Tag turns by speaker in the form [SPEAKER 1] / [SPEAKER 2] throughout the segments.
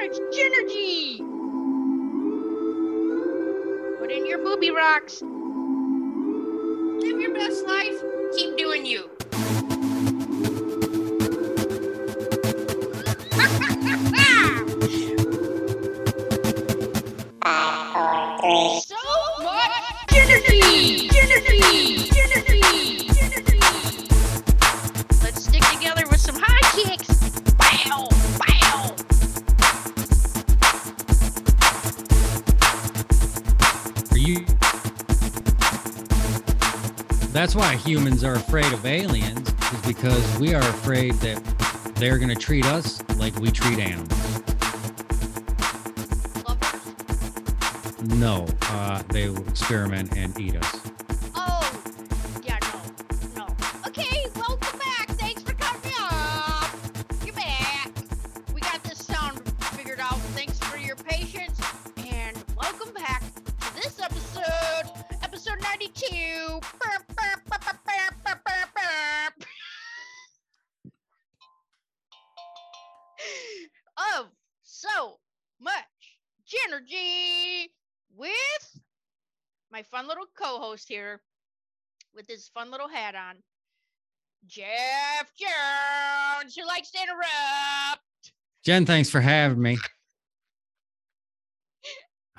[SPEAKER 1] It's Genergy! Put in your booby rocks. Live your best life. Keep doing you. so much energy! Energy! Energy! Energy! Let's stick together with some high kicks. Wow! Wow!
[SPEAKER 2] Are you? That's why humans are afraid of aliens, is because we are afraid that they're going to treat us like we treat animals.
[SPEAKER 1] Lovers.
[SPEAKER 2] No, uh, they will experiment and eat us.
[SPEAKER 1] Oh, yeah, no, no. Okay, welcome back. Thanks for coming up. You're back. We got this sound figured out. Thanks for your patience, and welcome back to this episode, episode 92. Burp, burp, burp, burp, burp, burp, burp, burp. of Oh, so much energy with my fun little co-host here with his fun little hat on, Jeff Jones, who likes to interrupt.
[SPEAKER 2] Jen, thanks for having me.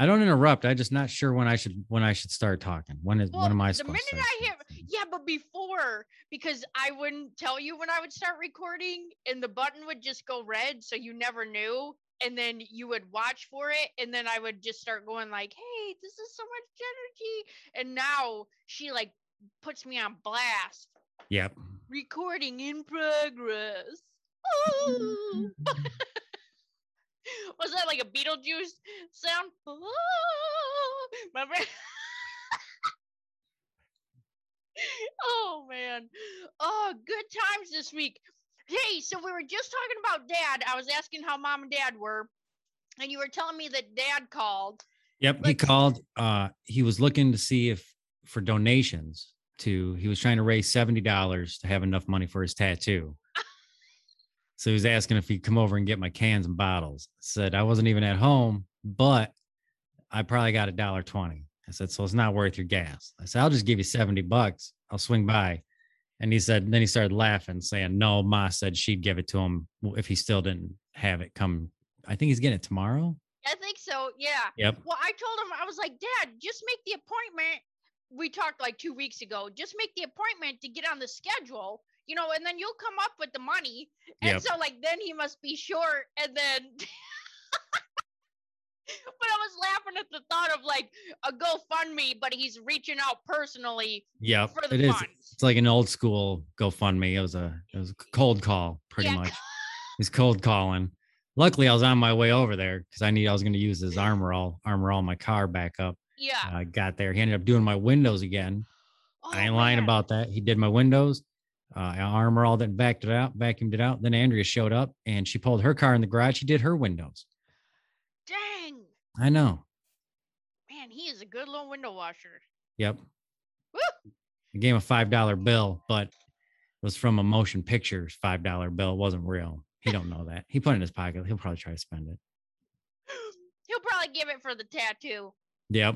[SPEAKER 2] I don't interrupt. I'm just not sure when I should when I should start talking. When is when am I
[SPEAKER 1] the
[SPEAKER 2] supposed
[SPEAKER 1] minute I
[SPEAKER 2] to?
[SPEAKER 1] hear, yeah, but before because I wouldn't tell you when I would start recording, and the button would just go red, so you never knew. And then you would watch for it, and then I would just start going like, "Hey, this is so much energy!" And now she like puts me on blast.
[SPEAKER 2] Yep.
[SPEAKER 1] Recording in progress. Ooh. Was that like a Beetlejuice sound? Ooh. Remember? oh man. Oh, good times this week. Hey, so we were just talking about dad. I was asking how mom and dad were, and you were telling me that dad called.
[SPEAKER 2] Yep, he
[SPEAKER 1] Like-
[SPEAKER 2] called. Uh, he was looking to see if for donations to. He was trying to raise seventy dollars to have enough money for his tattoo. So he was asking if he'd come over and get my cans and bottles. Said I wasn't even at home, but I probably got a dollar twenty. I said, so it's not worth your gas. I said, I'll just give you seventy bucks. I'll swing by. And he said, then he started laughing, saying, "No, Ma said she'd give it to him if he still didn't have it come. I think he's getting it tomorrow.
[SPEAKER 1] I think so. Yeah.
[SPEAKER 2] Yep.
[SPEAKER 1] Well, I told him, I was like, Dad, just make the appointment. We talked like two weeks ago. Just make the appointment to get on the schedule, you know, and then you'll come up with the money. And
[SPEAKER 2] Yep.
[SPEAKER 1] so, like, then he must be short. And then, but I was laughing at the thought of like a GoFundMe, but he's reaching out personally
[SPEAKER 2] Yep.
[SPEAKER 1] for
[SPEAKER 2] It
[SPEAKER 1] the
[SPEAKER 2] is.
[SPEAKER 1] funds.
[SPEAKER 2] it's like an old school GoFundMe. It was a it was a cold call, pretty
[SPEAKER 1] Yeah.
[SPEAKER 2] much. He's cold calling. Luckily, I was on my way over there because I knew I was going to use his armor all armor all my car back up.
[SPEAKER 1] Yeah.
[SPEAKER 2] I got there. He ended up doing my windows again.
[SPEAKER 1] Ah. Oh,
[SPEAKER 2] I ain't lying
[SPEAKER 1] man.
[SPEAKER 2] about that. He did my windows. Uh, I armor all that backed it out, vacuumed it out. Then Andrea showed up and she pulled her car in the garage. She did her windows.
[SPEAKER 1] Dang.
[SPEAKER 2] I know.
[SPEAKER 1] Man, he is a good little window washer.
[SPEAKER 2] Yep.
[SPEAKER 1] Woo!
[SPEAKER 2] I gave him a five dollar bill, but it was from a motion pictures five dollar bill. It wasn't real. He don't know that. He put it in his pocket. He'll probably try to spend it.
[SPEAKER 1] He'll probably give it for the tattoo.
[SPEAKER 2] Yep.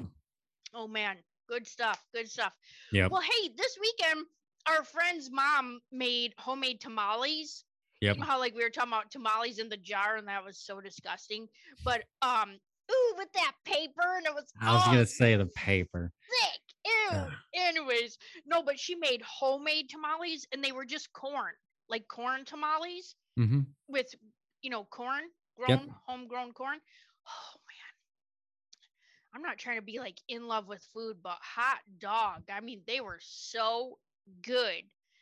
[SPEAKER 1] Oh man, good stuff. Good stuff.
[SPEAKER 2] Yep.
[SPEAKER 1] Well, hey, this weekend our friend's mom made homemade tamales.
[SPEAKER 2] Yep.
[SPEAKER 1] You know how like we were talking about tamales in the jar and that was so disgusting. But um, ooh, with that paper and it was
[SPEAKER 2] I was
[SPEAKER 1] all
[SPEAKER 2] gonna say the paper.
[SPEAKER 1] thick. Ew.
[SPEAKER 2] Ugh.
[SPEAKER 1] Anyways, no, but she made homemade tamales and they were just corn, like corn tamales
[SPEAKER 2] hmm
[SPEAKER 1] with you know corn grown
[SPEAKER 2] Yep.
[SPEAKER 1] homegrown corn oh man i'm not trying to be like in love with food but hot dog i mean they were so good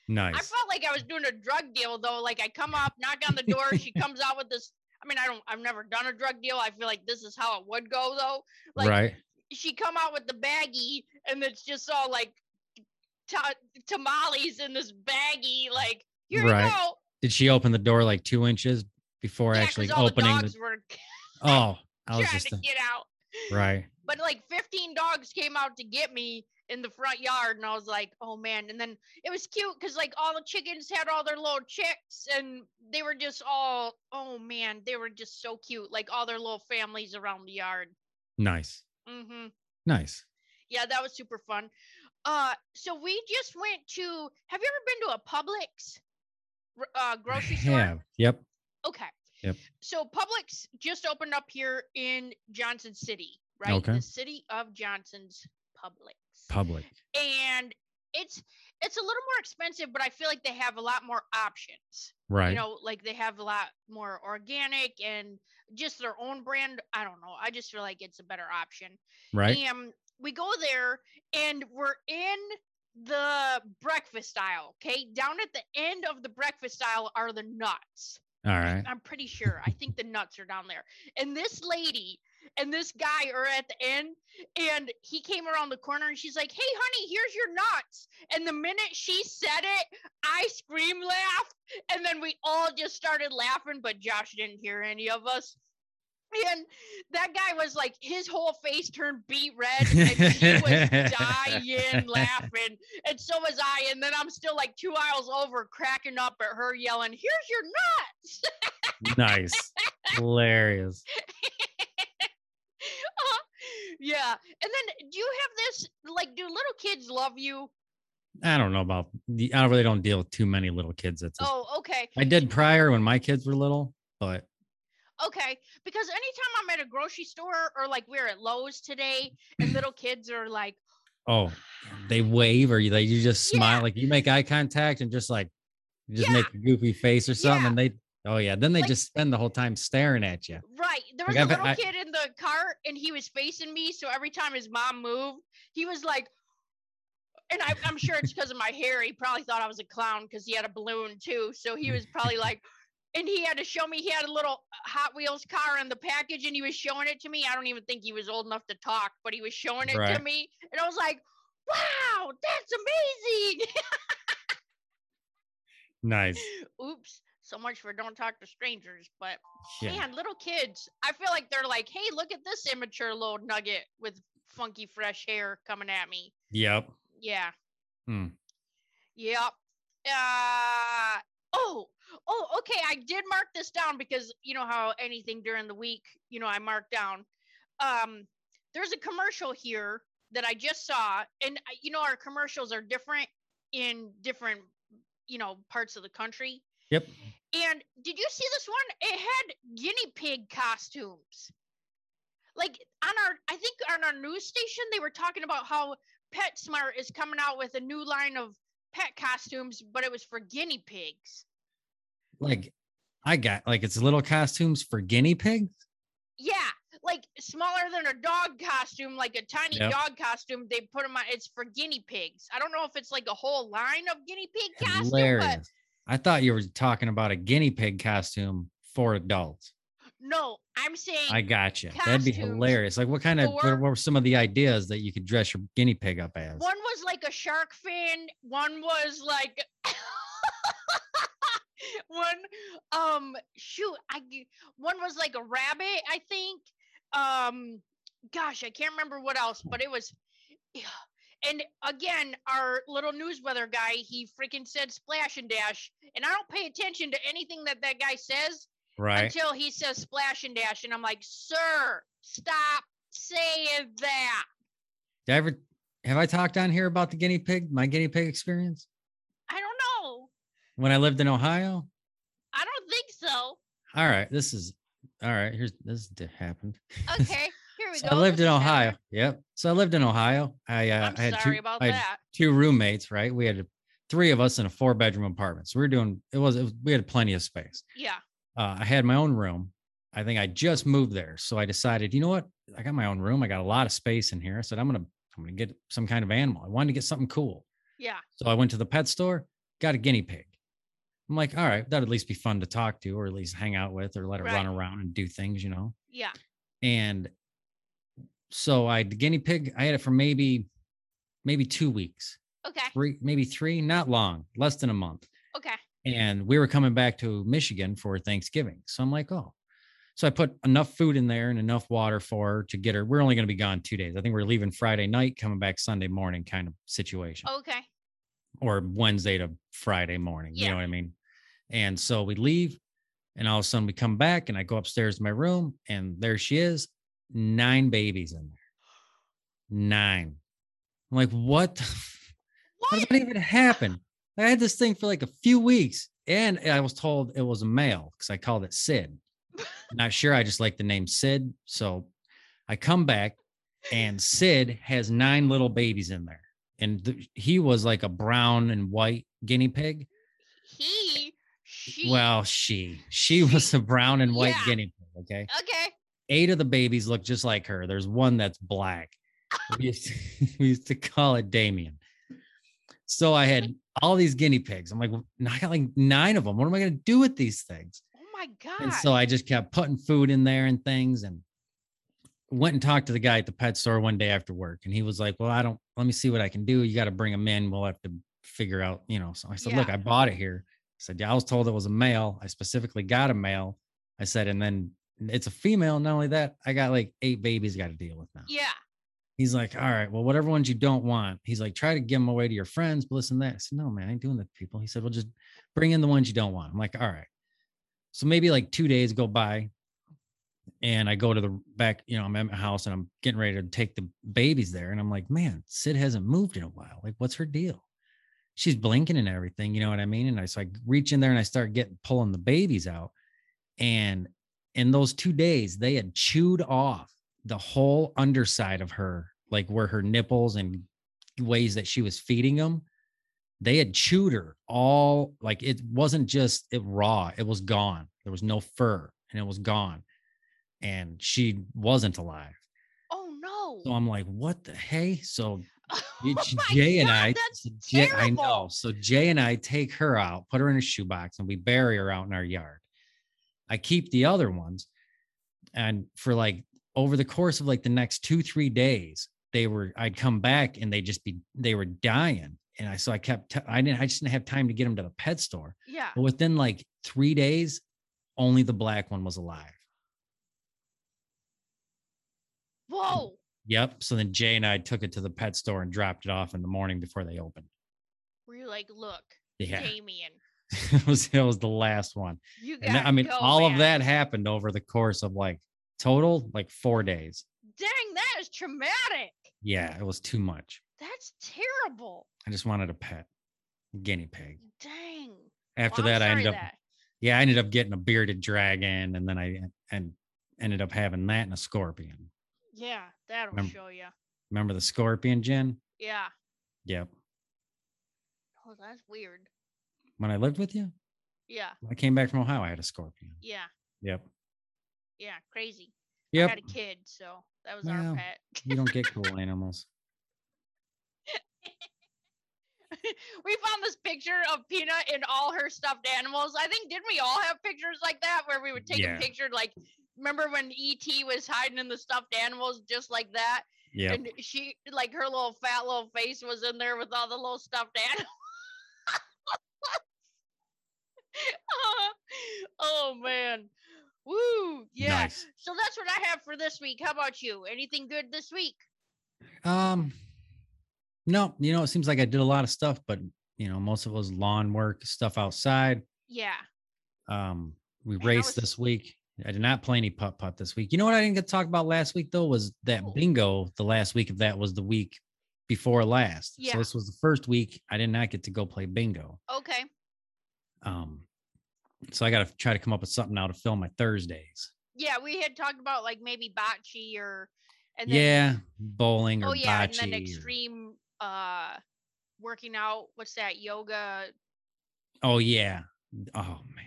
[SPEAKER 1] i
[SPEAKER 2] Nice.
[SPEAKER 1] felt like i was doing a drug deal though like i come up knock on the door she comes out with this i mean i don't i've never done a drug deal i feel like this is how it would go though like
[SPEAKER 2] right.
[SPEAKER 1] she come out with the baggie and it's just all like ta- tamales in this baggie like here
[SPEAKER 2] Right.
[SPEAKER 1] you go
[SPEAKER 2] Did she open the door like two inches before
[SPEAKER 1] Yeah, 'cause
[SPEAKER 2] actually
[SPEAKER 1] all
[SPEAKER 2] opening
[SPEAKER 1] the
[SPEAKER 2] the,
[SPEAKER 1] dogs were
[SPEAKER 2] Oh, I was
[SPEAKER 1] trying
[SPEAKER 2] just
[SPEAKER 1] to get out.
[SPEAKER 2] right.
[SPEAKER 1] But But like 15 dogs came out to get me in the front yard, and I was like, oh man. And then it was cute because like all the chickens had all their little chicks, and they were just all, oh man, they were just so cute. Like all their little families around the yard.
[SPEAKER 2] Nice.
[SPEAKER 1] hmm
[SPEAKER 2] Nice.
[SPEAKER 1] Yeah, that was super fun. Uh, so we just went to. Have you ever been to a Publix r- uh, grocery store?
[SPEAKER 2] Yeah. Yep.
[SPEAKER 1] Okay.
[SPEAKER 2] Yep.
[SPEAKER 1] So Publix just opened up here in Johnson City, right?
[SPEAKER 2] Okay.
[SPEAKER 1] The city of Johnson's Publix.
[SPEAKER 2] Public.
[SPEAKER 1] and it's it's a little more expensive, but I feel like they have a lot more options.
[SPEAKER 2] Right.
[SPEAKER 1] You know, like they have a lot more organic and just their own brand. I don't know. I just feel like it's a better option.
[SPEAKER 2] right.
[SPEAKER 1] And we go there and we're in the breakfast aisle. Okay. Down at the end of the breakfast aisle are the nuts.
[SPEAKER 2] All right.
[SPEAKER 1] I'm pretty sure. I think the nuts are down there. And this lady and this guy are at the end, and he came around the corner and she's like, Hey, honey, here's your nuts. And the minute she said it, I scream laughed. And then we all just started laughing, but Josh didn't hear any of us. And that guy was like, his whole face turned beet red, and he was dying laughing, and so was I. And then I'm still like two aisles over, cracking up at her yelling, "Here's your nuts!"
[SPEAKER 2] Nice. Hilarious.
[SPEAKER 1] yeah. And then do you have this like do little kids love you?
[SPEAKER 2] I don't know about. the- I really don't deal with too many little kids at this.
[SPEAKER 1] Oh, okay.
[SPEAKER 2] I did prior when my kids were little, but
[SPEAKER 1] Okay. Because anytime I'm at a grocery store or like we're at Lowe's today and little kids are like
[SPEAKER 2] oh, they wave or you they you just smile
[SPEAKER 1] Yeah.
[SPEAKER 2] like you make eye contact and just like you just
[SPEAKER 1] Yeah.
[SPEAKER 2] make a goofy face or something
[SPEAKER 1] Yeah.
[SPEAKER 2] and they oh yeah then they
[SPEAKER 1] Like-
[SPEAKER 2] just spend the whole time staring at you
[SPEAKER 1] Right. There was a
[SPEAKER 2] Like, I've-
[SPEAKER 1] little
[SPEAKER 2] I-
[SPEAKER 1] kid in the cart and he was facing me. So every time his mom moved, he was like, and I, I'm sure it's because of my hair. He probably thought I was a clown because he had a balloon too. So he was probably like, and he had to show me he had a little uh, Hot Wheels car in the package and he was showing it to me. I don't even think he was old enough to talk, but he was showing it to
[SPEAKER 2] Right.
[SPEAKER 1] me. And I was like, wow, that's amazing.
[SPEAKER 2] nice
[SPEAKER 1] Oops. So much for don't talk to strangers, but
[SPEAKER 2] yeah
[SPEAKER 1] Man, little kids. I feel like they're like, hey, look at this immature little nugget with funky fresh hair coming at me.
[SPEAKER 2] yep
[SPEAKER 1] Yeah.
[SPEAKER 2] Hmm.
[SPEAKER 1] Yep. Uh oh, oh, okay. I did mark this down because you know how anything during the week, you know, I mark down. Um, there's a commercial here that I just saw, and I- you know, our commercials are different in different, you know, parts of the country.
[SPEAKER 2] Yep.
[SPEAKER 1] And did you see this one? It had guinea pig costumes. Like on our, I think on our news station, they were talking about how PetSmart is coming out with a new line of pet costumes, but it was for guinea pigs.
[SPEAKER 2] like i got like it's little costumes for guinea pigs
[SPEAKER 1] Yeah, like smaller than a dog costume, like a tiny
[SPEAKER 2] Yep.
[SPEAKER 1] dog costume. They put them on. It's for guinea pigs. I don't know if it's like a whole line of guinea pig costume, but
[SPEAKER 2] hilarious i thought you were talking about a guinea pig costume for adults
[SPEAKER 1] no, I'm saying
[SPEAKER 2] i gotcha that'd be
[SPEAKER 1] Costumes
[SPEAKER 2] hilarious like what kind of
[SPEAKER 1] for-
[SPEAKER 2] what were some of the ideas that you could dress your guinea pig up as
[SPEAKER 1] one was like a shark fin. One was like one um shoot I g- one was like a rabbit I think. Um, gosh, I can't remember what else, but it was. Yeah. And again, our little news weather guy, he freaking said splash and dash, and I don't pay attention to anything that that guy says
[SPEAKER 2] right
[SPEAKER 1] until he says splash and dash, and I'm like, sir, stop saying that.
[SPEAKER 2] Did I ever have I talked on here about the guinea pig, my guinea pig experience
[SPEAKER 1] I don't know.
[SPEAKER 2] when I lived in Ohio?
[SPEAKER 1] I don't think so.
[SPEAKER 2] All right, this is all right. Here's this di- happened.
[SPEAKER 1] Okay, here we
[SPEAKER 2] So
[SPEAKER 1] go.
[SPEAKER 2] I lived
[SPEAKER 1] This
[SPEAKER 2] in
[SPEAKER 1] is better.
[SPEAKER 2] Ohio. Yep. So I lived in Ohio. I uh,
[SPEAKER 1] I'm
[SPEAKER 2] I had
[SPEAKER 1] sorry
[SPEAKER 2] two,
[SPEAKER 1] about
[SPEAKER 2] I had
[SPEAKER 1] that.
[SPEAKER 2] two roommates. Right, we had three of us in a four bedroom apartment. So we were doing it was, it was we had plenty of space.
[SPEAKER 1] Yeah.
[SPEAKER 2] Uh, I had my own room. I think I just moved there, so I decided, you know what? I got my own room. I got a lot of space in here. I said I'm gonna I'm gonna get some kind of animal. I wanted to get something cool.
[SPEAKER 1] Yeah.
[SPEAKER 2] So I went to the pet store, got a guinea pig. I'm like, all right, that'd at least be fun to talk to, or at least hang out with, or let it
[SPEAKER 1] Right.
[SPEAKER 2] run around and do things, you know?
[SPEAKER 1] Yeah.
[SPEAKER 2] And so I the guinea pig, I had it for maybe maybe two weeks,
[SPEAKER 1] Okay.
[SPEAKER 2] three, maybe three, not long, less than a month.
[SPEAKER 1] Okay.
[SPEAKER 2] And we were coming back to Michigan for Thanksgiving. So I'm like, oh. So I put enough food in there and enough water for her to get her. We're only going to be gone two days. I think we're leaving Friday night, coming back Sunday morning kind of situation
[SPEAKER 1] Okay.
[SPEAKER 2] or Wednesday to Friday morning. You
[SPEAKER 1] Yeah.
[SPEAKER 2] know what I mean? And so we leave, and all of a sudden we come back, and I go upstairs to my room, and there she is, nine babies in there. Nine. I'm like, what? the f- How
[SPEAKER 1] What?
[SPEAKER 2] did that even happen? I had this thing for like a few weeks, and I was told it was a male because I called it Sid. Not sure. I just like the name Sid. So I come back, and Sid has nine little babies in there. And th- he was like a brown and white guinea pig.
[SPEAKER 1] He. She.
[SPEAKER 2] Well, she, she was a brown and white
[SPEAKER 1] Yeah.
[SPEAKER 2] guinea pig. Okay.
[SPEAKER 1] Okay.
[SPEAKER 2] Eight of the babies look just like her. There's one that's black. We used to, we used to call it Damien. So I had all these guinea pigs. I'm like, "Well, I got like nine of them. What am I going to do with these things?
[SPEAKER 1] Oh my god.
[SPEAKER 2] And so I just kept putting food in there and things and went and talked to the guy at the pet store one day after work. And he was like, Well, I don't, let me see what I can do. You got to bring them in. We'll have to figure out, you know. So I said, Look,
[SPEAKER 1] Yeah.
[SPEAKER 2] I bought it here. I said, Yeah, I was told it was a male. I specifically got a male. I said, And then it's a female. Not only that, I got like eight babies got to deal with now.
[SPEAKER 1] yeah.
[SPEAKER 2] He's like, All right, well, whatever ones you don't want, he's like, Try to give them away to your friends, but listen to that. I said, No, man, I ain't doing that to people. He said, Well, just bring in the ones you don't want. I'm like, All right. So maybe like two days go by and I go to the back, you know, I'm at my house and I'm getting ready to take the babies there. And I'm like, man, Sid hasn't moved in a while. Like, what's her deal? She's blinking and everything. You know what I mean? And I, so I reach in there and I start getting, pulling the babies out. And in those two days, they had chewed off the whole underside of her, like where her nipples and ways that she was feeding them. They had chewed her all like it wasn't just it raw, it was gone. There was no fur and it was gone and she wasn't alive.
[SPEAKER 1] Oh no.
[SPEAKER 2] So I'm like, what the hey? So
[SPEAKER 1] Oh
[SPEAKER 2] J- J-
[SPEAKER 1] my
[SPEAKER 2] Jay and
[SPEAKER 1] God,
[SPEAKER 2] I,
[SPEAKER 1] That's
[SPEAKER 2] so Jay, I
[SPEAKER 1] terrible.
[SPEAKER 2] know. So Jay and I take her out, put her in a shoebox, and we bury her out in our yard. I keep the other ones, and for like over the course of like the next two three days, they were I'd come back and they just be they were dying, and I so I kept I I didn't I just didn't have time to get them to the pet store.
[SPEAKER 1] yeah.
[SPEAKER 2] But within like three days, only the black one was alive.
[SPEAKER 1] Whoa.
[SPEAKER 2] Yep. So then Jay and I took it to the pet store and dropped it off in the morning before they opened.
[SPEAKER 1] Were you like, look,
[SPEAKER 2] Yeah,
[SPEAKER 1] Damien,
[SPEAKER 2] it was it was the last one.
[SPEAKER 1] you got.
[SPEAKER 2] And that- I mean,
[SPEAKER 1] go,
[SPEAKER 2] all of
[SPEAKER 1] man.
[SPEAKER 2] that happened over the course of like total like four days.
[SPEAKER 1] Dang, that is traumatic.
[SPEAKER 2] Yeah, it was too much.
[SPEAKER 1] That's terrible.
[SPEAKER 2] I just wanted a pet, guinea pig.
[SPEAKER 1] Dang.
[SPEAKER 2] After
[SPEAKER 1] Well, I'm
[SPEAKER 2] that, I
[SPEAKER 1] sorry
[SPEAKER 2] ended up
[SPEAKER 1] that-
[SPEAKER 2] yeah, I ended up getting a bearded dragon, and then I and ended up having that and a scorpion.
[SPEAKER 1] Yeah, that'll
[SPEAKER 2] Remem-
[SPEAKER 1] show you.
[SPEAKER 2] Remember the scorpion, Jen?
[SPEAKER 1] Yeah.
[SPEAKER 2] Yep.
[SPEAKER 1] Oh, that's weird.
[SPEAKER 2] When I lived with you,
[SPEAKER 1] Yeah.
[SPEAKER 2] when I came back from Ohio. I had a scorpion.
[SPEAKER 1] Yeah.
[SPEAKER 2] Yep.
[SPEAKER 1] Yeah. Crazy. I
[SPEAKER 2] Yep.
[SPEAKER 1] got a kid, so that was
[SPEAKER 2] Well,
[SPEAKER 1] our pet.
[SPEAKER 2] you don't get cool animals.
[SPEAKER 1] we found this picture of Peanut and all her stuffed animals. I think didn't we all have pictures like that where we would take
[SPEAKER 2] Yeah.
[SPEAKER 1] a picture like remember when ET was hiding in the stuffed animals just like that
[SPEAKER 2] Yeah.
[SPEAKER 1] and she like her little fat little face was in there with all the little stuffed animals. oh man. Woo. Yeah.
[SPEAKER 2] Nice.
[SPEAKER 1] So that's what I have for this week. How about you? Anything good this week?
[SPEAKER 2] Um, no, you know, it seems like I did a lot of stuff, but you know, most of it was lawn work, stuff outside.
[SPEAKER 1] Yeah.
[SPEAKER 2] Um, we
[SPEAKER 1] And I
[SPEAKER 2] raced
[SPEAKER 1] was-
[SPEAKER 2] this week. I did not play any putt putt this week. You know what I didn't get to talk about last week though was that
[SPEAKER 1] Oh.
[SPEAKER 2] bingo. The last week of that was the week before last.
[SPEAKER 1] Yeah.
[SPEAKER 2] So this was the first week I did not get to go play bingo.
[SPEAKER 1] Okay.
[SPEAKER 2] Um, so I got to try to come up with something now to fill my Thursdays.
[SPEAKER 1] Yeah, we had talked about like maybe bocce or and then
[SPEAKER 2] yeah, bowling or
[SPEAKER 1] oh yeah,
[SPEAKER 2] bocce.
[SPEAKER 1] and then
[SPEAKER 2] or-
[SPEAKER 1] extreme uh working out, what's that, yoga?
[SPEAKER 2] oh yeah. Oh man,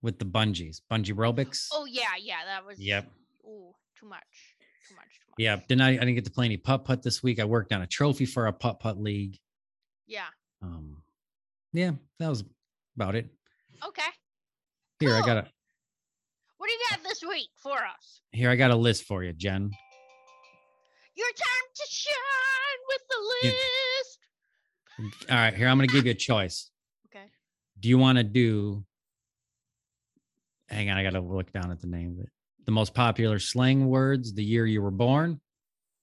[SPEAKER 2] with the bungees, bungee aerobics.
[SPEAKER 1] Oh yeah, yeah, that was
[SPEAKER 2] Yep.
[SPEAKER 1] Ooh, too much. Too much, too much.
[SPEAKER 2] Yeah. Then I, I didn't get to play any putt putt this week. I worked on a trophy for a putt putt league.
[SPEAKER 1] Yeah.
[SPEAKER 2] Um, yeah, that was about it.
[SPEAKER 1] Okay.
[SPEAKER 2] Here I
[SPEAKER 1] Cool.
[SPEAKER 2] got a
[SPEAKER 1] What do you got this week for us?
[SPEAKER 2] here I got a list for you, Jen.
[SPEAKER 1] Your time to shine with the
[SPEAKER 2] Yeah.
[SPEAKER 1] list.
[SPEAKER 2] All right, here I'm gonna give you a choice.
[SPEAKER 1] Okay.
[SPEAKER 2] Do you want to do? Hang on, I gotta look down at the name of it. the most popular slang words, the year you were born,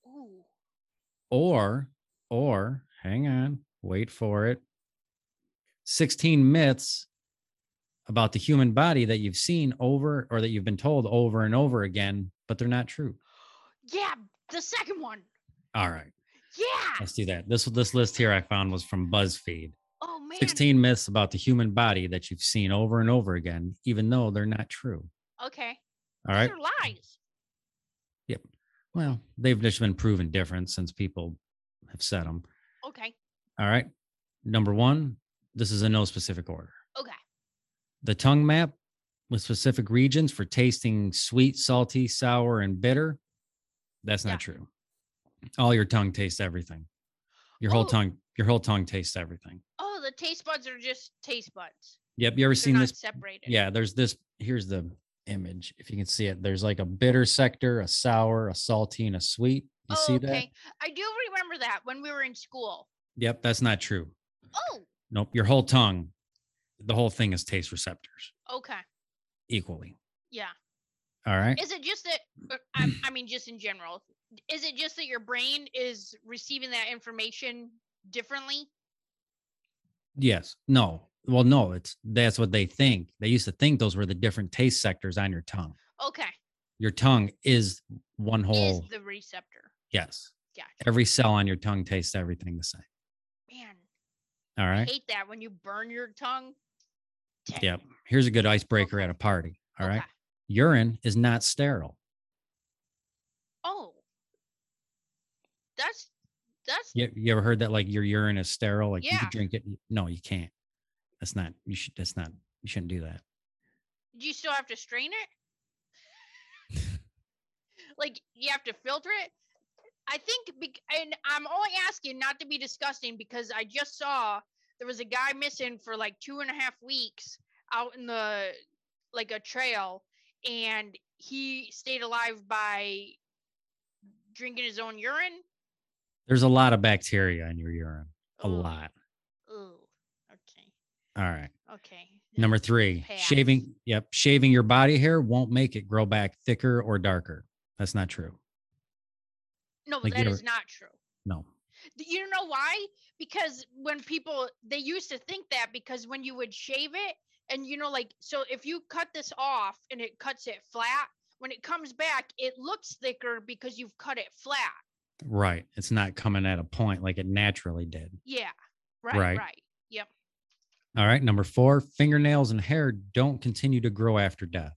[SPEAKER 1] Ooh.
[SPEAKER 2] or or hang on, wait for it. 16 myths about the human body that you've seen over or that you've been told over and over again, but they're not true.
[SPEAKER 1] Yeah, the second one.
[SPEAKER 2] All right,
[SPEAKER 1] Yeah.
[SPEAKER 2] let's do that. This this list here I found was from BuzzFeed.
[SPEAKER 1] Oh man.
[SPEAKER 2] 16 myths about the human body that you've seen over and over again, even though they're not true.
[SPEAKER 1] Okay.
[SPEAKER 2] All right.
[SPEAKER 1] These are lies.
[SPEAKER 2] Well, they've just been proven different since people have said them.
[SPEAKER 1] Okay.
[SPEAKER 2] All right. Number one, this is in no specific order.
[SPEAKER 1] Okay.
[SPEAKER 2] The tongue map with specific regions for tasting sweet, salty, sour, and bitter. That's not
[SPEAKER 1] Yeah.
[SPEAKER 2] true. All your tongue tastes everything. Your whole
[SPEAKER 1] Oh.
[SPEAKER 2] tongue, your whole tongue tastes everything.
[SPEAKER 1] Oh, the taste buds are just taste buds.
[SPEAKER 2] Yep. You ever
[SPEAKER 1] They're
[SPEAKER 2] seen
[SPEAKER 1] not
[SPEAKER 2] this?
[SPEAKER 1] separated.
[SPEAKER 2] Yeah. There's this. Here's the image. If you can see it, there's like a bitter sector, a sour, a salty, and a sweet. You
[SPEAKER 1] oh,
[SPEAKER 2] see that?
[SPEAKER 1] okay. I do remember that when we were in school.
[SPEAKER 2] Yep. That's not true.
[SPEAKER 1] Oh,
[SPEAKER 2] Nope. Your whole tongue, the whole thing is taste receptors
[SPEAKER 1] okay.
[SPEAKER 2] equally.
[SPEAKER 1] Yeah.
[SPEAKER 2] All right.
[SPEAKER 1] Is it just that, uh, I, I mean, just in general, is it just that your brain is receiving that information differently?
[SPEAKER 2] yes. No. Well, no, it's that's what they think. They used to think those were the different taste sectors on your tongue.
[SPEAKER 1] Okay.
[SPEAKER 2] Your tongue is one
[SPEAKER 1] Is
[SPEAKER 2] whole.
[SPEAKER 1] the receptor.
[SPEAKER 2] yes.
[SPEAKER 1] Gotcha.
[SPEAKER 2] Every cell on your tongue tastes everything the same.
[SPEAKER 1] Man,
[SPEAKER 2] All
[SPEAKER 1] I
[SPEAKER 2] right.
[SPEAKER 1] hate that when you burn your tongue. Dang.
[SPEAKER 2] Yep. Here's a good icebreaker at a party. All right.
[SPEAKER 1] Okay.
[SPEAKER 2] Urine is not sterile.
[SPEAKER 1] Oh. That's, that's,
[SPEAKER 2] You, you ever heard that like your urine is sterile? Like you
[SPEAKER 1] Yeah.
[SPEAKER 2] could drink it. No, you can't. That's not, you should, that's not, you shouldn't do that.
[SPEAKER 1] do you still have to strain it? like you have to filter it? I think, bec- and I'm only asking not to be disgusting because I just saw there was a guy missing for like two and a half weeks out in the like a trail, and he stayed alive by drinking his own urine.
[SPEAKER 2] There's a lot of bacteria in your urine. A
[SPEAKER 1] Ugh,
[SPEAKER 2] lot.
[SPEAKER 1] Ugh. Okay.
[SPEAKER 2] All right.
[SPEAKER 1] Okay.
[SPEAKER 2] Number three,
[SPEAKER 1] Pass.
[SPEAKER 2] shaving. Yep. Shaving your body hair won't make it grow back thicker or darker. That's not true.
[SPEAKER 1] No,
[SPEAKER 2] like, you
[SPEAKER 1] that
[SPEAKER 2] know-
[SPEAKER 1] is not true.
[SPEAKER 2] No.
[SPEAKER 1] Do You know why? Because when people they used to think that because when you would shave it and you know like so if you cut this off and it cuts it flat, when it comes back it looks thicker because you've cut it flat.
[SPEAKER 2] Right. It's not coming at a point like it naturally did.
[SPEAKER 1] Yeah. Right,
[SPEAKER 2] Right.
[SPEAKER 1] right.
[SPEAKER 2] All right. Number four, fingernails and hair don't continue to grow after death.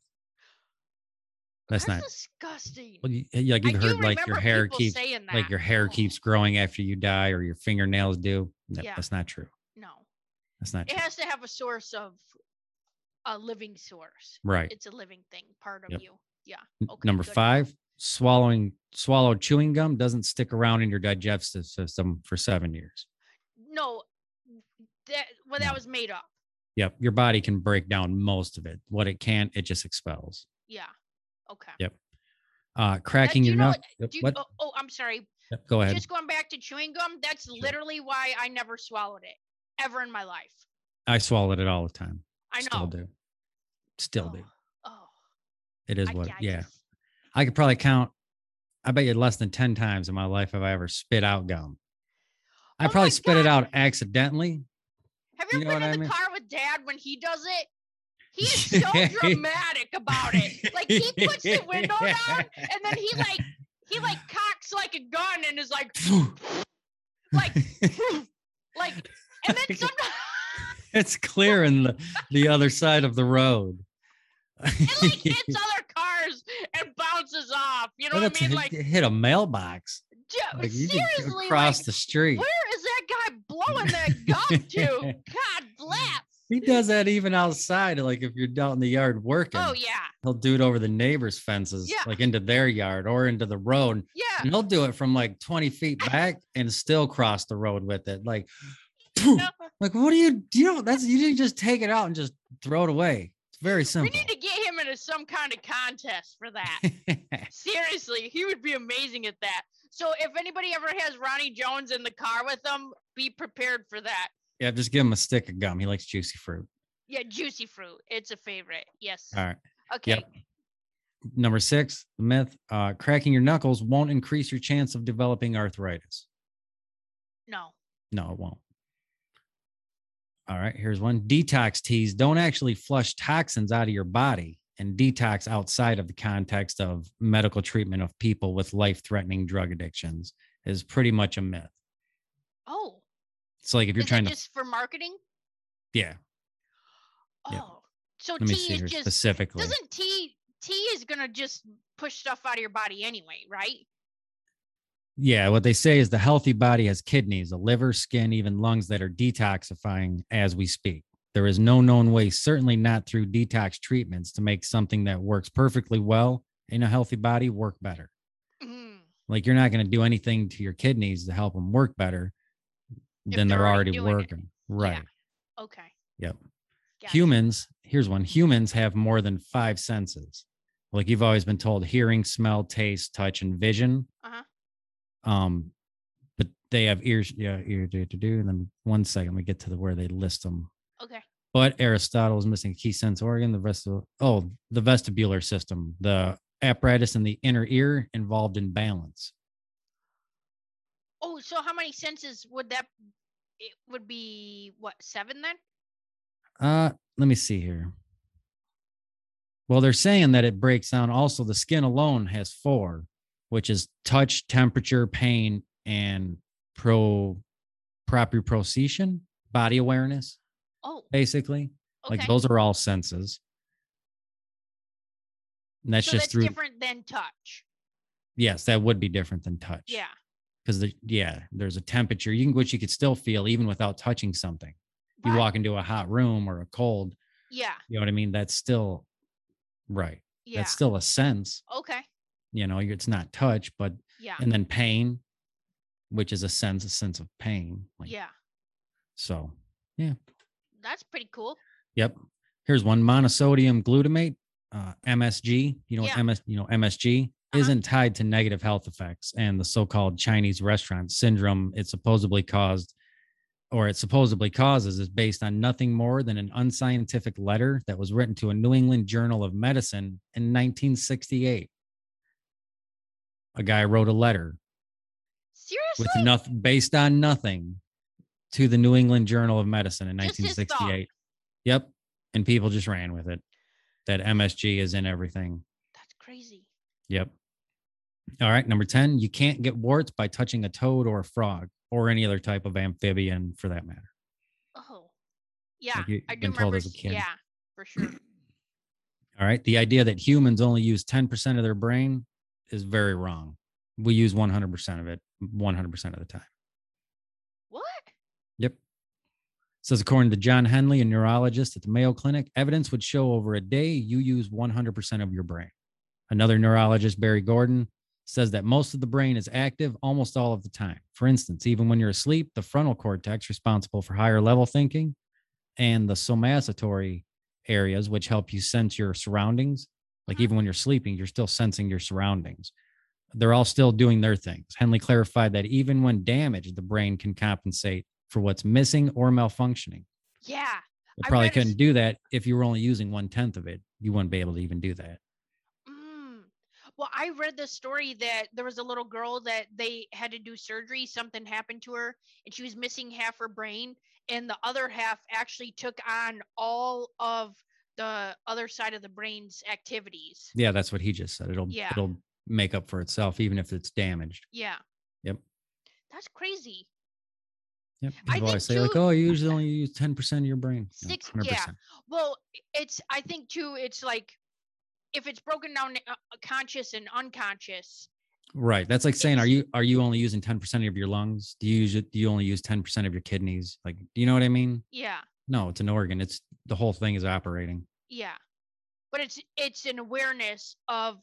[SPEAKER 2] That's not
[SPEAKER 1] disgusting.
[SPEAKER 2] well, you, like
[SPEAKER 1] I
[SPEAKER 2] you've
[SPEAKER 1] do
[SPEAKER 2] heard like your
[SPEAKER 1] remember
[SPEAKER 2] hair
[SPEAKER 1] people
[SPEAKER 2] keeps
[SPEAKER 1] saying that.
[SPEAKER 2] like your hair
[SPEAKER 1] Oh,
[SPEAKER 2] keeps growing after you die or your fingernails do. No,
[SPEAKER 1] Yeah.
[SPEAKER 2] That's not true.
[SPEAKER 1] No.
[SPEAKER 2] That's not
[SPEAKER 1] It
[SPEAKER 2] true.
[SPEAKER 1] has to have a source of a living source.
[SPEAKER 2] right.
[SPEAKER 1] It's a living thing, part of
[SPEAKER 2] Yep.
[SPEAKER 1] you. Yeah.
[SPEAKER 2] N-
[SPEAKER 1] Okay,
[SPEAKER 2] Number
[SPEAKER 1] good.
[SPEAKER 2] five, swallowing swallowed chewing gum doesn't stick around in your digestive system for seven years.
[SPEAKER 1] No. That well that
[SPEAKER 2] No.
[SPEAKER 1] was made up.
[SPEAKER 2] Yep, your body can break down most of it. What it can't, it just expels.
[SPEAKER 1] Yeah. Okay.
[SPEAKER 2] Uh, cracking
[SPEAKER 1] do
[SPEAKER 2] your
[SPEAKER 1] you know
[SPEAKER 2] nose.
[SPEAKER 1] Do you,
[SPEAKER 2] What?
[SPEAKER 1] Oh, oh, I'm sorry.
[SPEAKER 2] Yep, Go ahead.
[SPEAKER 1] Just going back to chewing gum, that's literally why I never swallowed it ever in my life.
[SPEAKER 2] I swallowed it all the time.
[SPEAKER 1] I know.
[SPEAKER 2] Still do. Still
[SPEAKER 1] oh,
[SPEAKER 2] do.
[SPEAKER 1] Oh,
[SPEAKER 2] It is
[SPEAKER 1] I,
[SPEAKER 2] what.
[SPEAKER 1] I
[SPEAKER 2] yeah,
[SPEAKER 1] just-
[SPEAKER 2] I could probably count. I bet you less than ten times in my life have I ever spit out gum. I
[SPEAKER 1] Oh my
[SPEAKER 2] probably spit it
[SPEAKER 1] God.
[SPEAKER 2] out accidentally.
[SPEAKER 1] Have
[SPEAKER 2] You
[SPEAKER 1] you
[SPEAKER 2] know
[SPEAKER 1] ever been in
[SPEAKER 2] what I
[SPEAKER 1] the
[SPEAKER 2] mean?
[SPEAKER 1] car with dad when he does it? He is so dramatic about it. Like he puts the window down and then he like he like cocks like a gun and is like like like and then sometimes
[SPEAKER 2] it's clear in the, the other side of the road.
[SPEAKER 1] it like hits other cars and bounces off. You know
[SPEAKER 2] What
[SPEAKER 1] what
[SPEAKER 2] if
[SPEAKER 1] I mean?
[SPEAKER 2] it
[SPEAKER 1] Like
[SPEAKER 2] hit a mailbox.
[SPEAKER 1] ju-
[SPEAKER 2] Like you could
[SPEAKER 1] seriously like,
[SPEAKER 2] cross the street.
[SPEAKER 1] Where is that guy blowing that gum to? God bless.
[SPEAKER 2] He does that even outside. Like if you're out in the yard working,
[SPEAKER 1] Oh yeah,
[SPEAKER 2] he'll do it over the neighbors' fences,
[SPEAKER 1] Yeah.
[SPEAKER 2] like into their yard or into the road.
[SPEAKER 1] yeah.
[SPEAKER 2] And he'll do it from like 20 feet back and still cross the road with it. Like, like what do you you know? That's you didn't just take it out and just throw it away. It's very
[SPEAKER 1] We
[SPEAKER 2] simple.
[SPEAKER 1] need to get him into some kind of contest for that. Seriously, he would be amazing at that. So if anybody ever has Ronnie Jones in the car with them, be prepared for that.
[SPEAKER 2] yeah, just give him a stick of gum. He likes juicy fruit.
[SPEAKER 1] Yeah, juicy fruit. It's a favorite. Yes.
[SPEAKER 2] All right.
[SPEAKER 1] okay.
[SPEAKER 2] number six, the myth: uh, cracking your knuckles won't increase your chance of developing arthritis.
[SPEAKER 1] No.
[SPEAKER 2] No, it won't. All right, here's one. Detox teas don't actually flush toxins out of your body and detox outside of the context of medical treatment of people with life threatening drug addictions is pretty much a myth.
[SPEAKER 1] Oh.
[SPEAKER 2] It's like if you're
[SPEAKER 1] is it
[SPEAKER 2] trying to,
[SPEAKER 1] just for marketing?
[SPEAKER 2] yeah,
[SPEAKER 1] Oh.
[SPEAKER 2] Yeah.
[SPEAKER 1] So
[SPEAKER 2] let me
[SPEAKER 1] tea
[SPEAKER 2] see
[SPEAKER 1] is
[SPEAKER 2] here
[SPEAKER 1] just
[SPEAKER 2] specifically.
[SPEAKER 1] doesn't tea tea is gonna just push stuff out of your body anyway, right?
[SPEAKER 2] Yeah, what they say is the healthy body has kidneys, a liver, skin, even lungs that are detoxifying as we speak. There is no known way, certainly not through detox treatments, to make something that works perfectly well in a healthy body work better.
[SPEAKER 1] Mhm.
[SPEAKER 2] Like you're not going to do anything to your kidneys to help them work better
[SPEAKER 1] If
[SPEAKER 2] than
[SPEAKER 1] they're
[SPEAKER 2] they're
[SPEAKER 1] already
[SPEAKER 2] already,
[SPEAKER 1] doing it.
[SPEAKER 2] working. Right.
[SPEAKER 1] Okay.
[SPEAKER 2] Yep.
[SPEAKER 1] Gotcha.
[SPEAKER 2] Humans, here's one humans have more than five senses. Like you've always been told hearing, smell, taste, touch, and vision.
[SPEAKER 1] Uh-huh.
[SPEAKER 2] Um, but they have ears, yeah, ear do to do. And then one second we get to the where they list them.
[SPEAKER 1] Okay.
[SPEAKER 2] But Aristotle is missing a key sense organ, the rest of oh, the vestibular system, the apparatus in the inner ear involved in balance.
[SPEAKER 1] Oh, so how many senses would that it would be what, seven then?
[SPEAKER 2] Uh, let me see here. Well, they're saying that it breaks down. Also, the skin alone has four, which is touch, temperature, pain, and pro proprioception, body awareness,
[SPEAKER 1] Oh,
[SPEAKER 2] basically.
[SPEAKER 1] okay.
[SPEAKER 2] Like those are all senses. And that's
[SPEAKER 1] so
[SPEAKER 2] just
[SPEAKER 1] that's
[SPEAKER 2] through.
[SPEAKER 1] different than touch.
[SPEAKER 2] Yes, that would be different than touch.
[SPEAKER 1] Yeah.
[SPEAKER 2] Because the, yeah, there's a temperature you can which you could still feel even without touching something. You
[SPEAKER 1] Right.
[SPEAKER 2] walk into a hot room or a cold,
[SPEAKER 1] Yeah.
[SPEAKER 2] You know what I mean? That's still right.
[SPEAKER 1] Yeah.
[SPEAKER 2] That's still a sense.
[SPEAKER 1] okay.
[SPEAKER 2] You know, it's not touch, but
[SPEAKER 1] Yeah.
[SPEAKER 2] and then pain, which is a sense, a sense of pain. Like,
[SPEAKER 1] Yeah.
[SPEAKER 2] So,
[SPEAKER 1] That's pretty cool.
[SPEAKER 2] yep. Here's one monosodium glutamate, uh, MSG. You know
[SPEAKER 1] Yeah.
[SPEAKER 2] what MS? You know MSG
[SPEAKER 1] Uh-huh.
[SPEAKER 2] isn't tied to negative health effects and the so-called Chinese restaurant syndrome. It supposedly caused. Or it supposedly causes is based on nothing more than an unscientific letter that was written to a New England Journal of Medicine in 1968. A guy wrote a letter
[SPEAKER 1] Seriously?
[SPEAKER 2] with nothing based on nothing to the New England Journal of Medicine in
[SPEAKER 1] Just his thought.
[SPEAKER 2] 1968. Yep. And people just ran with it that MSG is in everything.
[SPEAKER 1] That's crazy.
[SPEAKER 2] Yep. All right. Number 10, you can't get warts by touching a toad or a frog or any other type of amphibian for that matter.
[SPEAKER 1] Oh. Yeah.
[SPEAKER 2] you-
[SPEAKER 1] I do
[SPEAKER 2] been told
[SPEAKER 1] remember.
[SPEAKER 2] as a
[SPEAKER 1] s-
[SPEAKER 2] kid.
[SPEAKER 1] Yeah, for sure.
[SPEAKER 2] All right. The idea that humans only use 10% of their brain is very wrong. We use 100% of it 100% of the time.
[SPEAKER 1] what?
[SPEAKER 2] Yep. Says according to John Henley, a neurologist at the Mayo Clinic, evidence would show over a day you use 100% of your brain. Another neurologist, Barry Gordon, says that most of the brain is active almost all of the time. For instance, even when you're asleep, the frontal cortex responsible for higher level thinking and the somaticatory areas which help you sense your surroundings, like
[SPEAKER 1] Mhm.
[SPEAKER 2] even when you're sleeping, you're still sensing your surroundings they're all still doing their things. Henley clarified that even when damaged, the brain can compensate for what's missing or malfunctioning.
[SPEAKER 1] Yeah.
[SPEAKER 2] It
[SPEAKER 1] I
[SPEAKER 2] probably
[SPEAKER 1] read a s-
[SPEAKER 2] couldn't do that if you were only using one tenth of it. You wouldn't be able to even do that.
[SPEAKER 1] Mm. Well, I read the story that there was a little girl that they had to do surgery. Something happened to her, and she was missing half her brain, and the other half actually took on all of the other side of the brain's activities.
[SPEAKER 2] Yeah, that's what he just said. It'll
[SPEAKER 1] Yeah.
[SPEAKER 2] it'll make up for itself, even if it's damaged.
[SPEAKER 1] Yeah.
[SPEAKER 2] Yep.
[SPEAKER 1] That's crazy.
[SPEAKER 2] Yep.
[SPEAKER 1] I
[SPEAKER 2] People always
[SPEAKER 1] think
[SPEAKER 2] say like,
[SPEAKER 1] too-
[SPEAKER 2] "Oh, you usually only use ten percent of your brain." No,
[SPEAKER 1] Six-
[SPEAKER 2] 100%.
[SPEAKER 1] Well, i- it's I think too. It's like if it's broken down uh, uh, conscious and unconscious.
[SPEAKER 2] Right. That's like saying, "Are
[SPEAKER 1] It's-
[SPEAKER 2] you are you only using ten percent of your lungs? Do you use it? Do you only use ten percent of your kidneys? Like, do you know what I mean?
[SPEAKER 1] Yeah.
[SPEAKER 2] No, it's an organ. It's the whole thing is operating.
[SPEAKER 1] Yeah. But it's it's an awareness of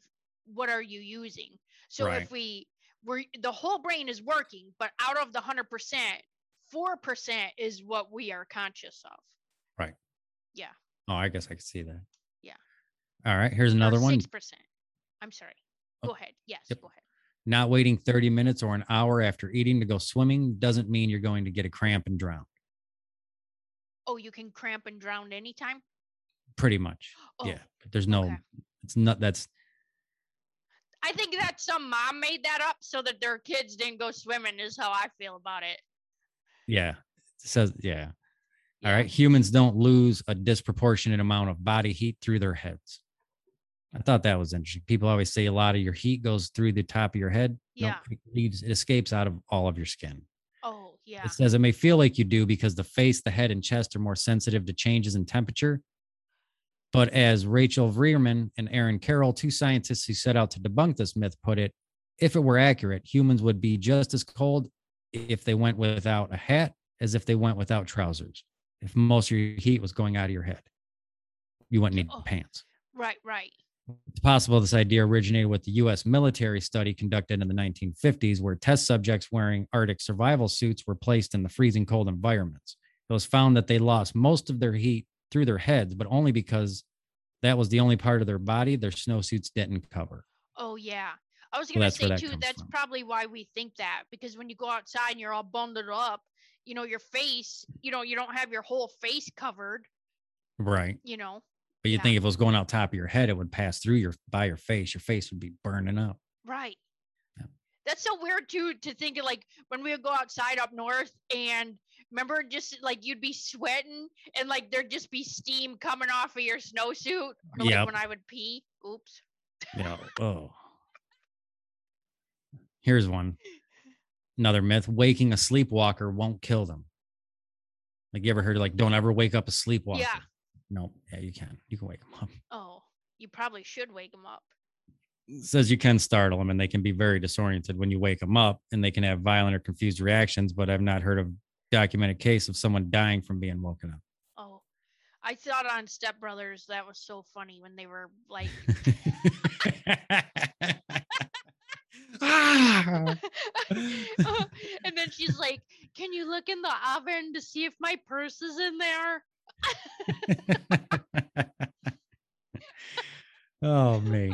[SPEAKER 1] what are you using. So
[SPEAKER 2] Right.
[SPEAKER 1] if we we're the whole brain is working, but out of the hundred percent, four percent is what we are conscious of.
[SPEAKER 2] Oh, I guess I could see that.
[SPEAKER 1] Yeah.
[SPEAKER 2] All right. Here's another one.
[SPEAKER 1] Six percent. I'm sorry.
[SPEAKER 2] Oh,
[SPEAKER 1] Go ahead. Yes,
[SPEAKER 2] yep.
[SPEAKER 1] go ahead.
[SPEAKER 2] Not waiting 30 minutes or an hour after eating to go swimming doesn't mean you're going to get a cramp and drown.
[SPEAKER 1] Oh, you can cramp and drown anytime?
[SPEAKER 2] Pretty much.
[SPEAKER 1] Oh,
[SPEAKER 2] Yeah. But there's no,
[SPEAKER 1] okay.
[SPEAKER 2] it's not, that's,
[SPEAKER 1] I think that some mom made that up so that their kids didn't go swimming. Is how I feel about it.
[SPEAKER 2] Yeah. Says yeah. All right. Humans don't lose a disproportionate amount of body heat through their heads. I thought that was interesting. People always say a lot of your heat goes through the top of your head. No,
[SPEAKER 1] Yeah.
[SPEAKER 2] it leaves- it escapes out of all of your skin.
[SPEAKER 1] Oh yeah.
[SPEAKER 2] It says it may feel like you do because the face, the head, and chest are more sensitive to changes in temperature. But as Rachel Vreerman and Aaron Carroll, two scientists who set out to debunk this myth, put it, if it were accurate, humans would be just as cold if they went without a hat as if they went without trousers. If most of your heat was going out of your head, you wouldn't need
[SPEAKER 1] Oh.
[SPEAKER 2] pants.
[SPEAKER 1] Right. Right.
[SPEAKER 2] It's possible this idea originated with the US military study conducted in the 1950s, where test subjects wearing Arctic survival suits were placed in the freezing cold environments. It was found that they lost most of their heat through their heads, but only because that was the only part of their body their snowsuits didn't cover.
[SPEAKER 1] Oh yeah. I was
[SPEAKER 2] Well,
[SPEAKER 1] gonna
[SPEAKER 2] that's where
[SPEAKER 1] say
[SPEAKER 2] that
[SPEAKER 1] too,
[SPEAKER 2] comes
[SPEAKER 1] that's
[SPEAKER 2] from.
[SPEAKER 1] probably why we think that because when you go outside and you're all bundled up, you know, your face, you know, you don't have your whole face covered,
[SPEAKER 2] Right.
[SPEAKER 1] you know.
[SPEAKER 2] But you
[SPEAKER 1] Yeah.
[SPEAKER 2] think if it was going out top of your head, it would pass through your by your face. Your face would be burning up.
[SPEAKER 1] Right.
[SPEAKER 2] Yeah.
[SPEAKER 1] That's so weird too to think of like when we would go outside up north and remember just like you'd be sweating and like there'd just be steam coming off of your snowsuit. Or, Like
[SPEAKER 2] Yep.
[SPEAKER 1] when I would pee. Oops.
[SPEAKER 2] Yeah. Oh. Here's one. Another myth: waking a sleepwalker won't kill them. Like you ever heard of like don't ever wake up a sleepwalker?
[SPEAKER 1] Yeah.
[SPEAKER 2] No. Yeah, you can. You can wake them up.
[SPEAKER 1] Oh, you probably should wake him up.
[SPEAKER 2] It says you can startle them and they can be very disoriented when you wake them up and they can have violent or confused reactions. But I've not heard of documented case of someone dying from being woken up.
[SPEAKER 1] Oh, I thought on Step Brothers that was so funny when they were like,
[SPEAKER 2] Ah!
[SPEAKER 1] Uh, and then she's like, "Can you look in the oven to see if my purse is in there?"
[SPEAKER 2] oh me.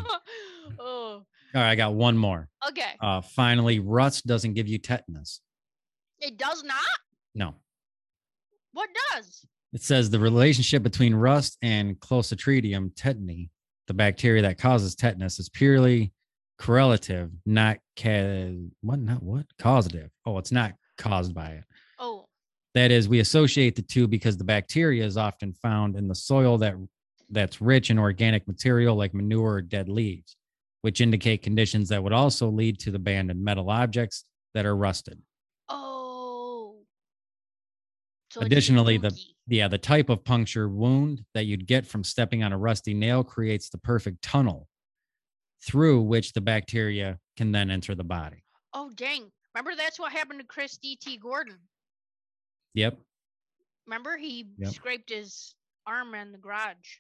[SPEAKER 1] oh,
[SPEAKER 2] All right, I got one more.
[SPEAKER 1] okay.
[SPEAKER 2] Uh, finally, rust doesn't give you tetanus.
[SPEAKER 1] It does not.
[SPEAKER 2] No,
[SPEAKER 1] What does?
[SPEAKER 2] it says the relationship between rust and Clostridium tetani, the bacteria that causes tetanus, is purely correlative, not ca- what, not what causative. Oh, it's not caused by it.
[SPEAKER 1] Oh,
[SPEAKER 2] That is, we associate the two because the bacteria is often found in the soil that that's rich in organic material like manure or dead leaves, which indicate conditions that would also lead to the abandoned metal objects that are rusted.
[SPEAKER 1] oh. So it's
[SPEAKER 2] Additionally, the-
[SPEAKER 1] spooky.
[SPEAKER 2] yeah, the type of puncture wound that you'd get from stepping on a rusty nail creates the perfect tunnel through which the bacteria can then enter the body.
[SPEAKER 1] oh dang! Remember that's what happened to Chris D. T. Gordon.
[SPEAKER 2] Yep.
[SPEAKER 1] Remember he
[SPEAKER 2] Yep.
[SPEAKER 1] scraped his arm in the garage.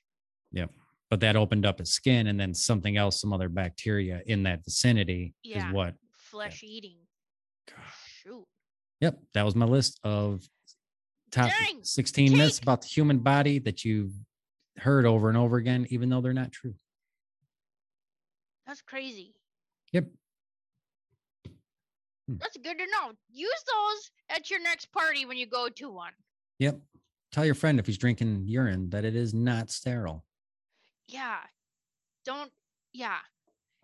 [SPEAKER 2] But that opened up his skin and then something else, some other bacteria in that vicinity
[SPEAKER 1] Yeah.
[SPEAKER 2] is what.
[SPEAKER 1] Flesh eating. Shoot.
[SPEAKER 2] Yep. That was my list of top
[SPEAKER 1] Dang,
[SPEAKER 2] 16 myths
[SPEAKER 1] Jake.
[SPEAKER 2] about the human body that you've heard over and over again, even though they're not true.
[SPEAKER 1] That's crazy.
[SPEAKER 2] Yep. Hmm.
[SPEAKER 1] That's good to know. Use those at your next party when you go to one.
[SPEAKER 2] Yep. Tell your friend if he's drinking urine that it is not sterile.
[SPEAKER 1] Yeah. Don't yeah.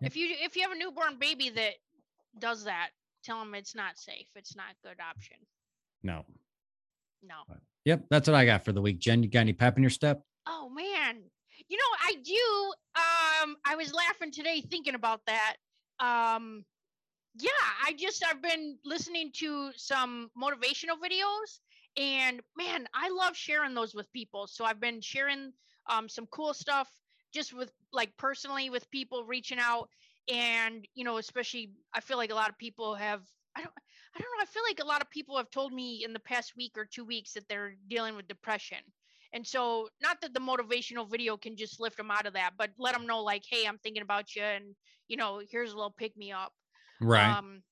[SPEAKER 2] Yep.
[SPEAKER 1] If you if you have a newborn baby that does that, tell them it's not safe. It's not a good option.
[SPEAKER 2] No.
[SPEAKER 1] No.
[SPEAKER 2] Yep, that's what I got for the week. Jen, you got any pep in your step?
[SPEAKER 1] Oh man. You know, I do um I was laughing today thinking about that. Um yeah, I just I've been listening to some motivational videos and man, I love sharing those with people. So I've been sharing um some cool stuff just with like personally with people reaching out and you know, especially I feel like a lot of people have I don't I don't know, I feel like a lot of people have told me in the past week or 2 weeks that they're dealing with depression. And so, not that the motivational video can just lift them out of that, but let them know, like, hey, I'm thinking about you, and you know, here's a little pick me up. Um,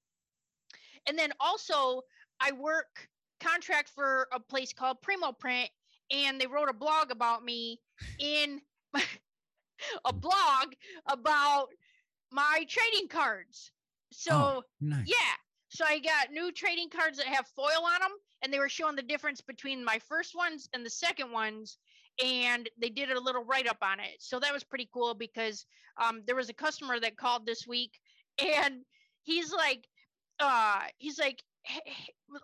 [SPEAKER 1] and then also, I work contract for a place called Primo Print, and they wrote a blog about me in a blog about my trading cards. So
[SPEAKER 2] nice.
[SPEAKER 1] yeah. So I got new trading cards that have foil on them, and they were showing the difference between my first ones and the second ones. and they did a little write up on it. So that was pretty cool because um, there was a customer that called this week and he's like, uh, he's like,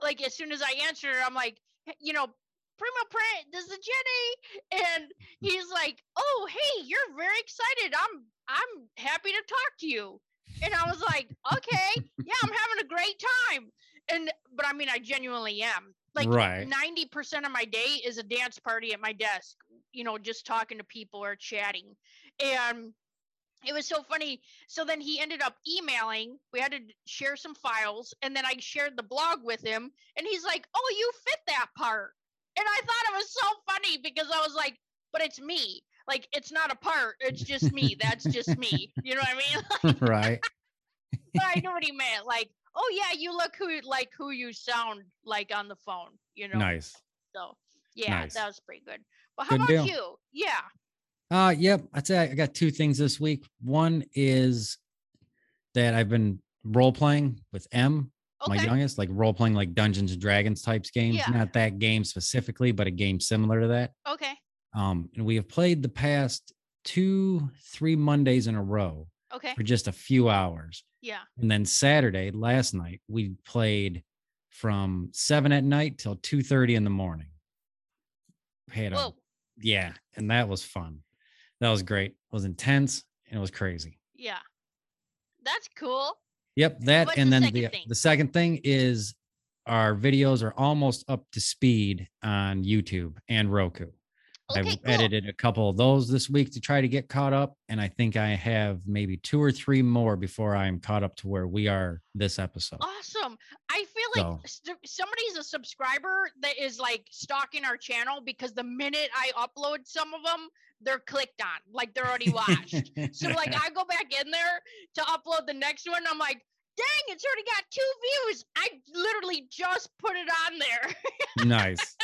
[SPEAKER 1] like as soon as I answer, I'm like, you know, Primo Print, this is Jenny, and he's like, oh hey, you're very excited. I'm I'm happy to talk to you. And I was like, okay, yeah, I'm having a great time. And but I mean, I genuinely am. Like
[SPEAKER 2] right.
[SPEAKER 1] ninety percent of my day is a dance party at my desk, you know, just talking to people or chatting. And it was so funny. So then he ended up emailing. We had to share some files, and then I shared the blog with him, and he's like, "Oh, you fit that part," and I thought it was so funny because I was like, "But it's me. Like, it's not a part. It's just me. That's just me. You know what I mean?"
[SPEAKER 2] right.
[SPEAKER 1] but I knew what he meant. Like, oh yeah, you look who like who you sound like on the phone. You know.
[SPEAKER 2] Nice.
[SPEAKER 1] So yeah,
[SPEAKER 2] Nice.
[SPEAKER 1] that was pretty good. But how
[SPEAKER 2] Good
[SPEAKER 1] about
[SPEAKER 2] deal.
[SPEAKER 1] you? Yeah.
[SPEAKER 2] Uh, yep. I'd say I got two things this week. One is that I've been role playing with M,
[SPEAKER 1] Okay.
[SPEAKER 2] my youngest, like role playing like Dungeons and Dragons types games.
[SPEAKER 1] Yeah.
[SPEAKER 2] Not that game specifically, but a game similar to that.
[SPEAKER 1] okay.
[SPEAKER 2] Um, and we have played the past two, three Mondays in a row
[SPEAKER 1] Okay.
[SPEAKER 2] for just a few hours.
[SPEAKER 1] Yeah.
[SPEAKER 2] And then Saturday, last night, we played from seven at night till two thirty in the morning. Had a-
[SPEAKER 1] Whoa.
[SPEAKER 2] yeah, and that was fun. That was great. It was intense and it was crazy.
[SPEAKER 1] Yeah. That's cool.
[SPEAKER 2] Yep, that
[SPEAKER 1] What's
[SPEAKER 2] and
[SPEAKER 1] the
[SPEAKER 2] then
[SPEAKER 1] second
[SPEAKER 2] the
[SPEAKER 1] thing?
[SPEAKER 2] the second thing is our videos are almost up to speed on YouTube and Roku.
[SPEAKER 1] Okay.
[SPEAKER 2] I've
[SPEAKER 1] cool.
[SPEAKER 2] edited a couple of those this week to try to get caught up, and I think I have maybe two or three more before I'm caught up to where we are this episode.
[SPEAKER 1] Awesome. I feel like
[SPEAKER 2] So-
[SPEAKER 1] st- somebody's a subscriber that is like stalking our channel because the minute I upload some of them, they're clicked on, like they're already watched. so like I go back in there to upload the next one. I'm like, dang, it's already got two views. I literally just put it on there.
[SPEAKER 2] nice.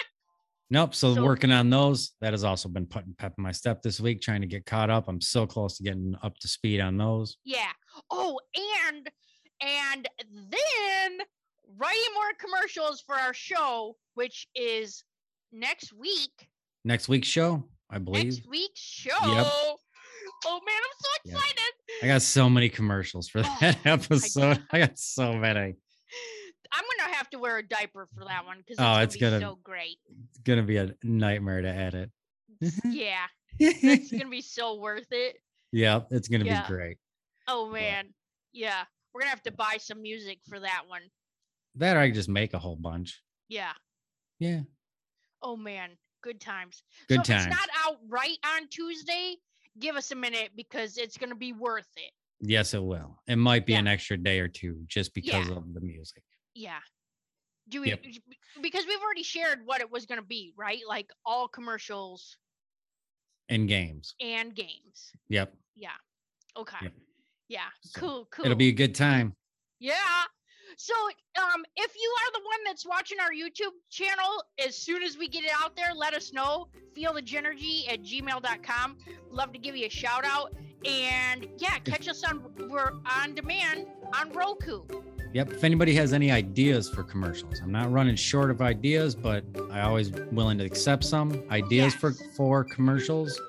[SPEAKER 2] Nope. So,
[SPEAKER 1] So-
[SPEAKER 2] working on those. That has also been putting pep in my step this week, trying to get caught up. I'm so close to getting up to speed on those.
[SPEAKER 1] yeah. Oh, and and then writing more commercials for our show, which is next week.
[SPEAKER 2] Next week's show, I believe.
[SPEAKER 1] next week's show. Oh man, I'm so
[SPEAKER 2] Yep.
[SPEAKER 1] excited.
[SPEAKER 2] I got so many commercials for
[SPEAKER 1] Oh,
[SPEAKER 2] that episode. I got so many.
[SPEAKER 1] I'm gonna have to wear a diaper for that one because it's,
[SPEAKER 2] Oh,
[SPEAKER 1] gonna
[SPEAKER 2] it's
[SPEAKER 1] be
[SPEAKER 2] gonna-
[SPEAKER 1] so great.
[SPEAKER 2] It's gonna be a nightmare to edit.
[SPEAKER 1] Yeah, it's gonna be so worth it.
[SPEAKER 2] yep, it's gonna
[SPEAKER 1] Yeah.
[SPEAKER 2] be great.
[SPEAKER 1] Oh man, yeah, we're gonna have to buy some music for that one.
[SPEAKER 2] That or I could just make a whole bunch.
[SPEAKER 1] Yeah.
[SPEAKER 2] Yeah.
[SPEAKER 1] Oh man, good times.
[SPEAKER 2] Good
[SPEAKER 1] so If
[SPEAKER 2] times.
[SPEAKER 1] it's not out right on Tuesday. Give us a minute because it's gonna be worth it.
[SPEAKER 2] Yes, it will. It might be
[SPEAKER 1] Yeah.
[SPEAKER 2] an extra day or two just
[SPEAKER 1] Yeah.
[SPEAKER 2] because of the music.
[SPEAKER 1] Yeah. Do we?
[SPEAKER 2] Yep.
[SPEAKER 1] Because we've already shared what it was gonna be, right? Like all commercials
[SPEAKER 2] And games.
[SPEAKER 1] and games.
[SPEAKER 2] Yep.
[SPEAKER 1] Yeah. Okay.
[SPEAKER 2] Yep.
[SPEAKER 1] Yeah.
[SPEAKER 2] So,
[SPEAKER 1] cool. Cool.
[SPEAKER 2] It'll be a good time.
[SPEAKER 1] Yeah. So, um, if you are the one that's watching our YouTube channel, as soon as we get it out there, let us know. Feelthegenergy at gmail.com. Love to give you a shout out. And yeah, catch us on we're on demand on Roku.
[SPEAKER 2] Yep. If anybody has any ideas for commercials, I'm not running short of ideas, but I always willing to accept some ideas for
[SPEAKER 1] Yes.
[SPEAKER 2] for commercials.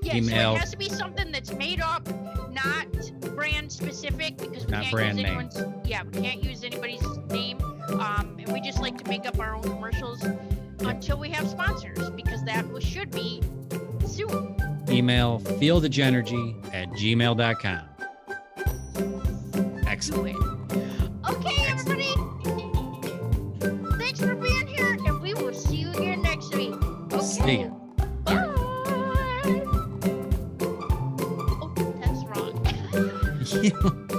[SPEAKER 1] Yeah, so
[SPEAKER 2] Email.
[SPEAKER 1] it has to be something that's made up, not brand specific because we
[SPEAKER 2] Not
[SPEAKER 1] can't
[SPEAKER 2] brand
[SPEAKER 1] use
[SPEAKER 2] name.
[SPEAKER 1] anyone's yeah, we can't use anybody's name. Um, and we just like to make up our own commercials until we have sponsors because that w- should be soon.
[SPEAKER 2] Email feelthegenergy at gmail.com. Excellent.
[SPEAKER 1] Do it. Okay, everybody. Thanks for being here, and we will see you again next week. Okay.
[SPEAKER 2] See ya.
[SPEAKER 1] Bye. Oh, that's wrong.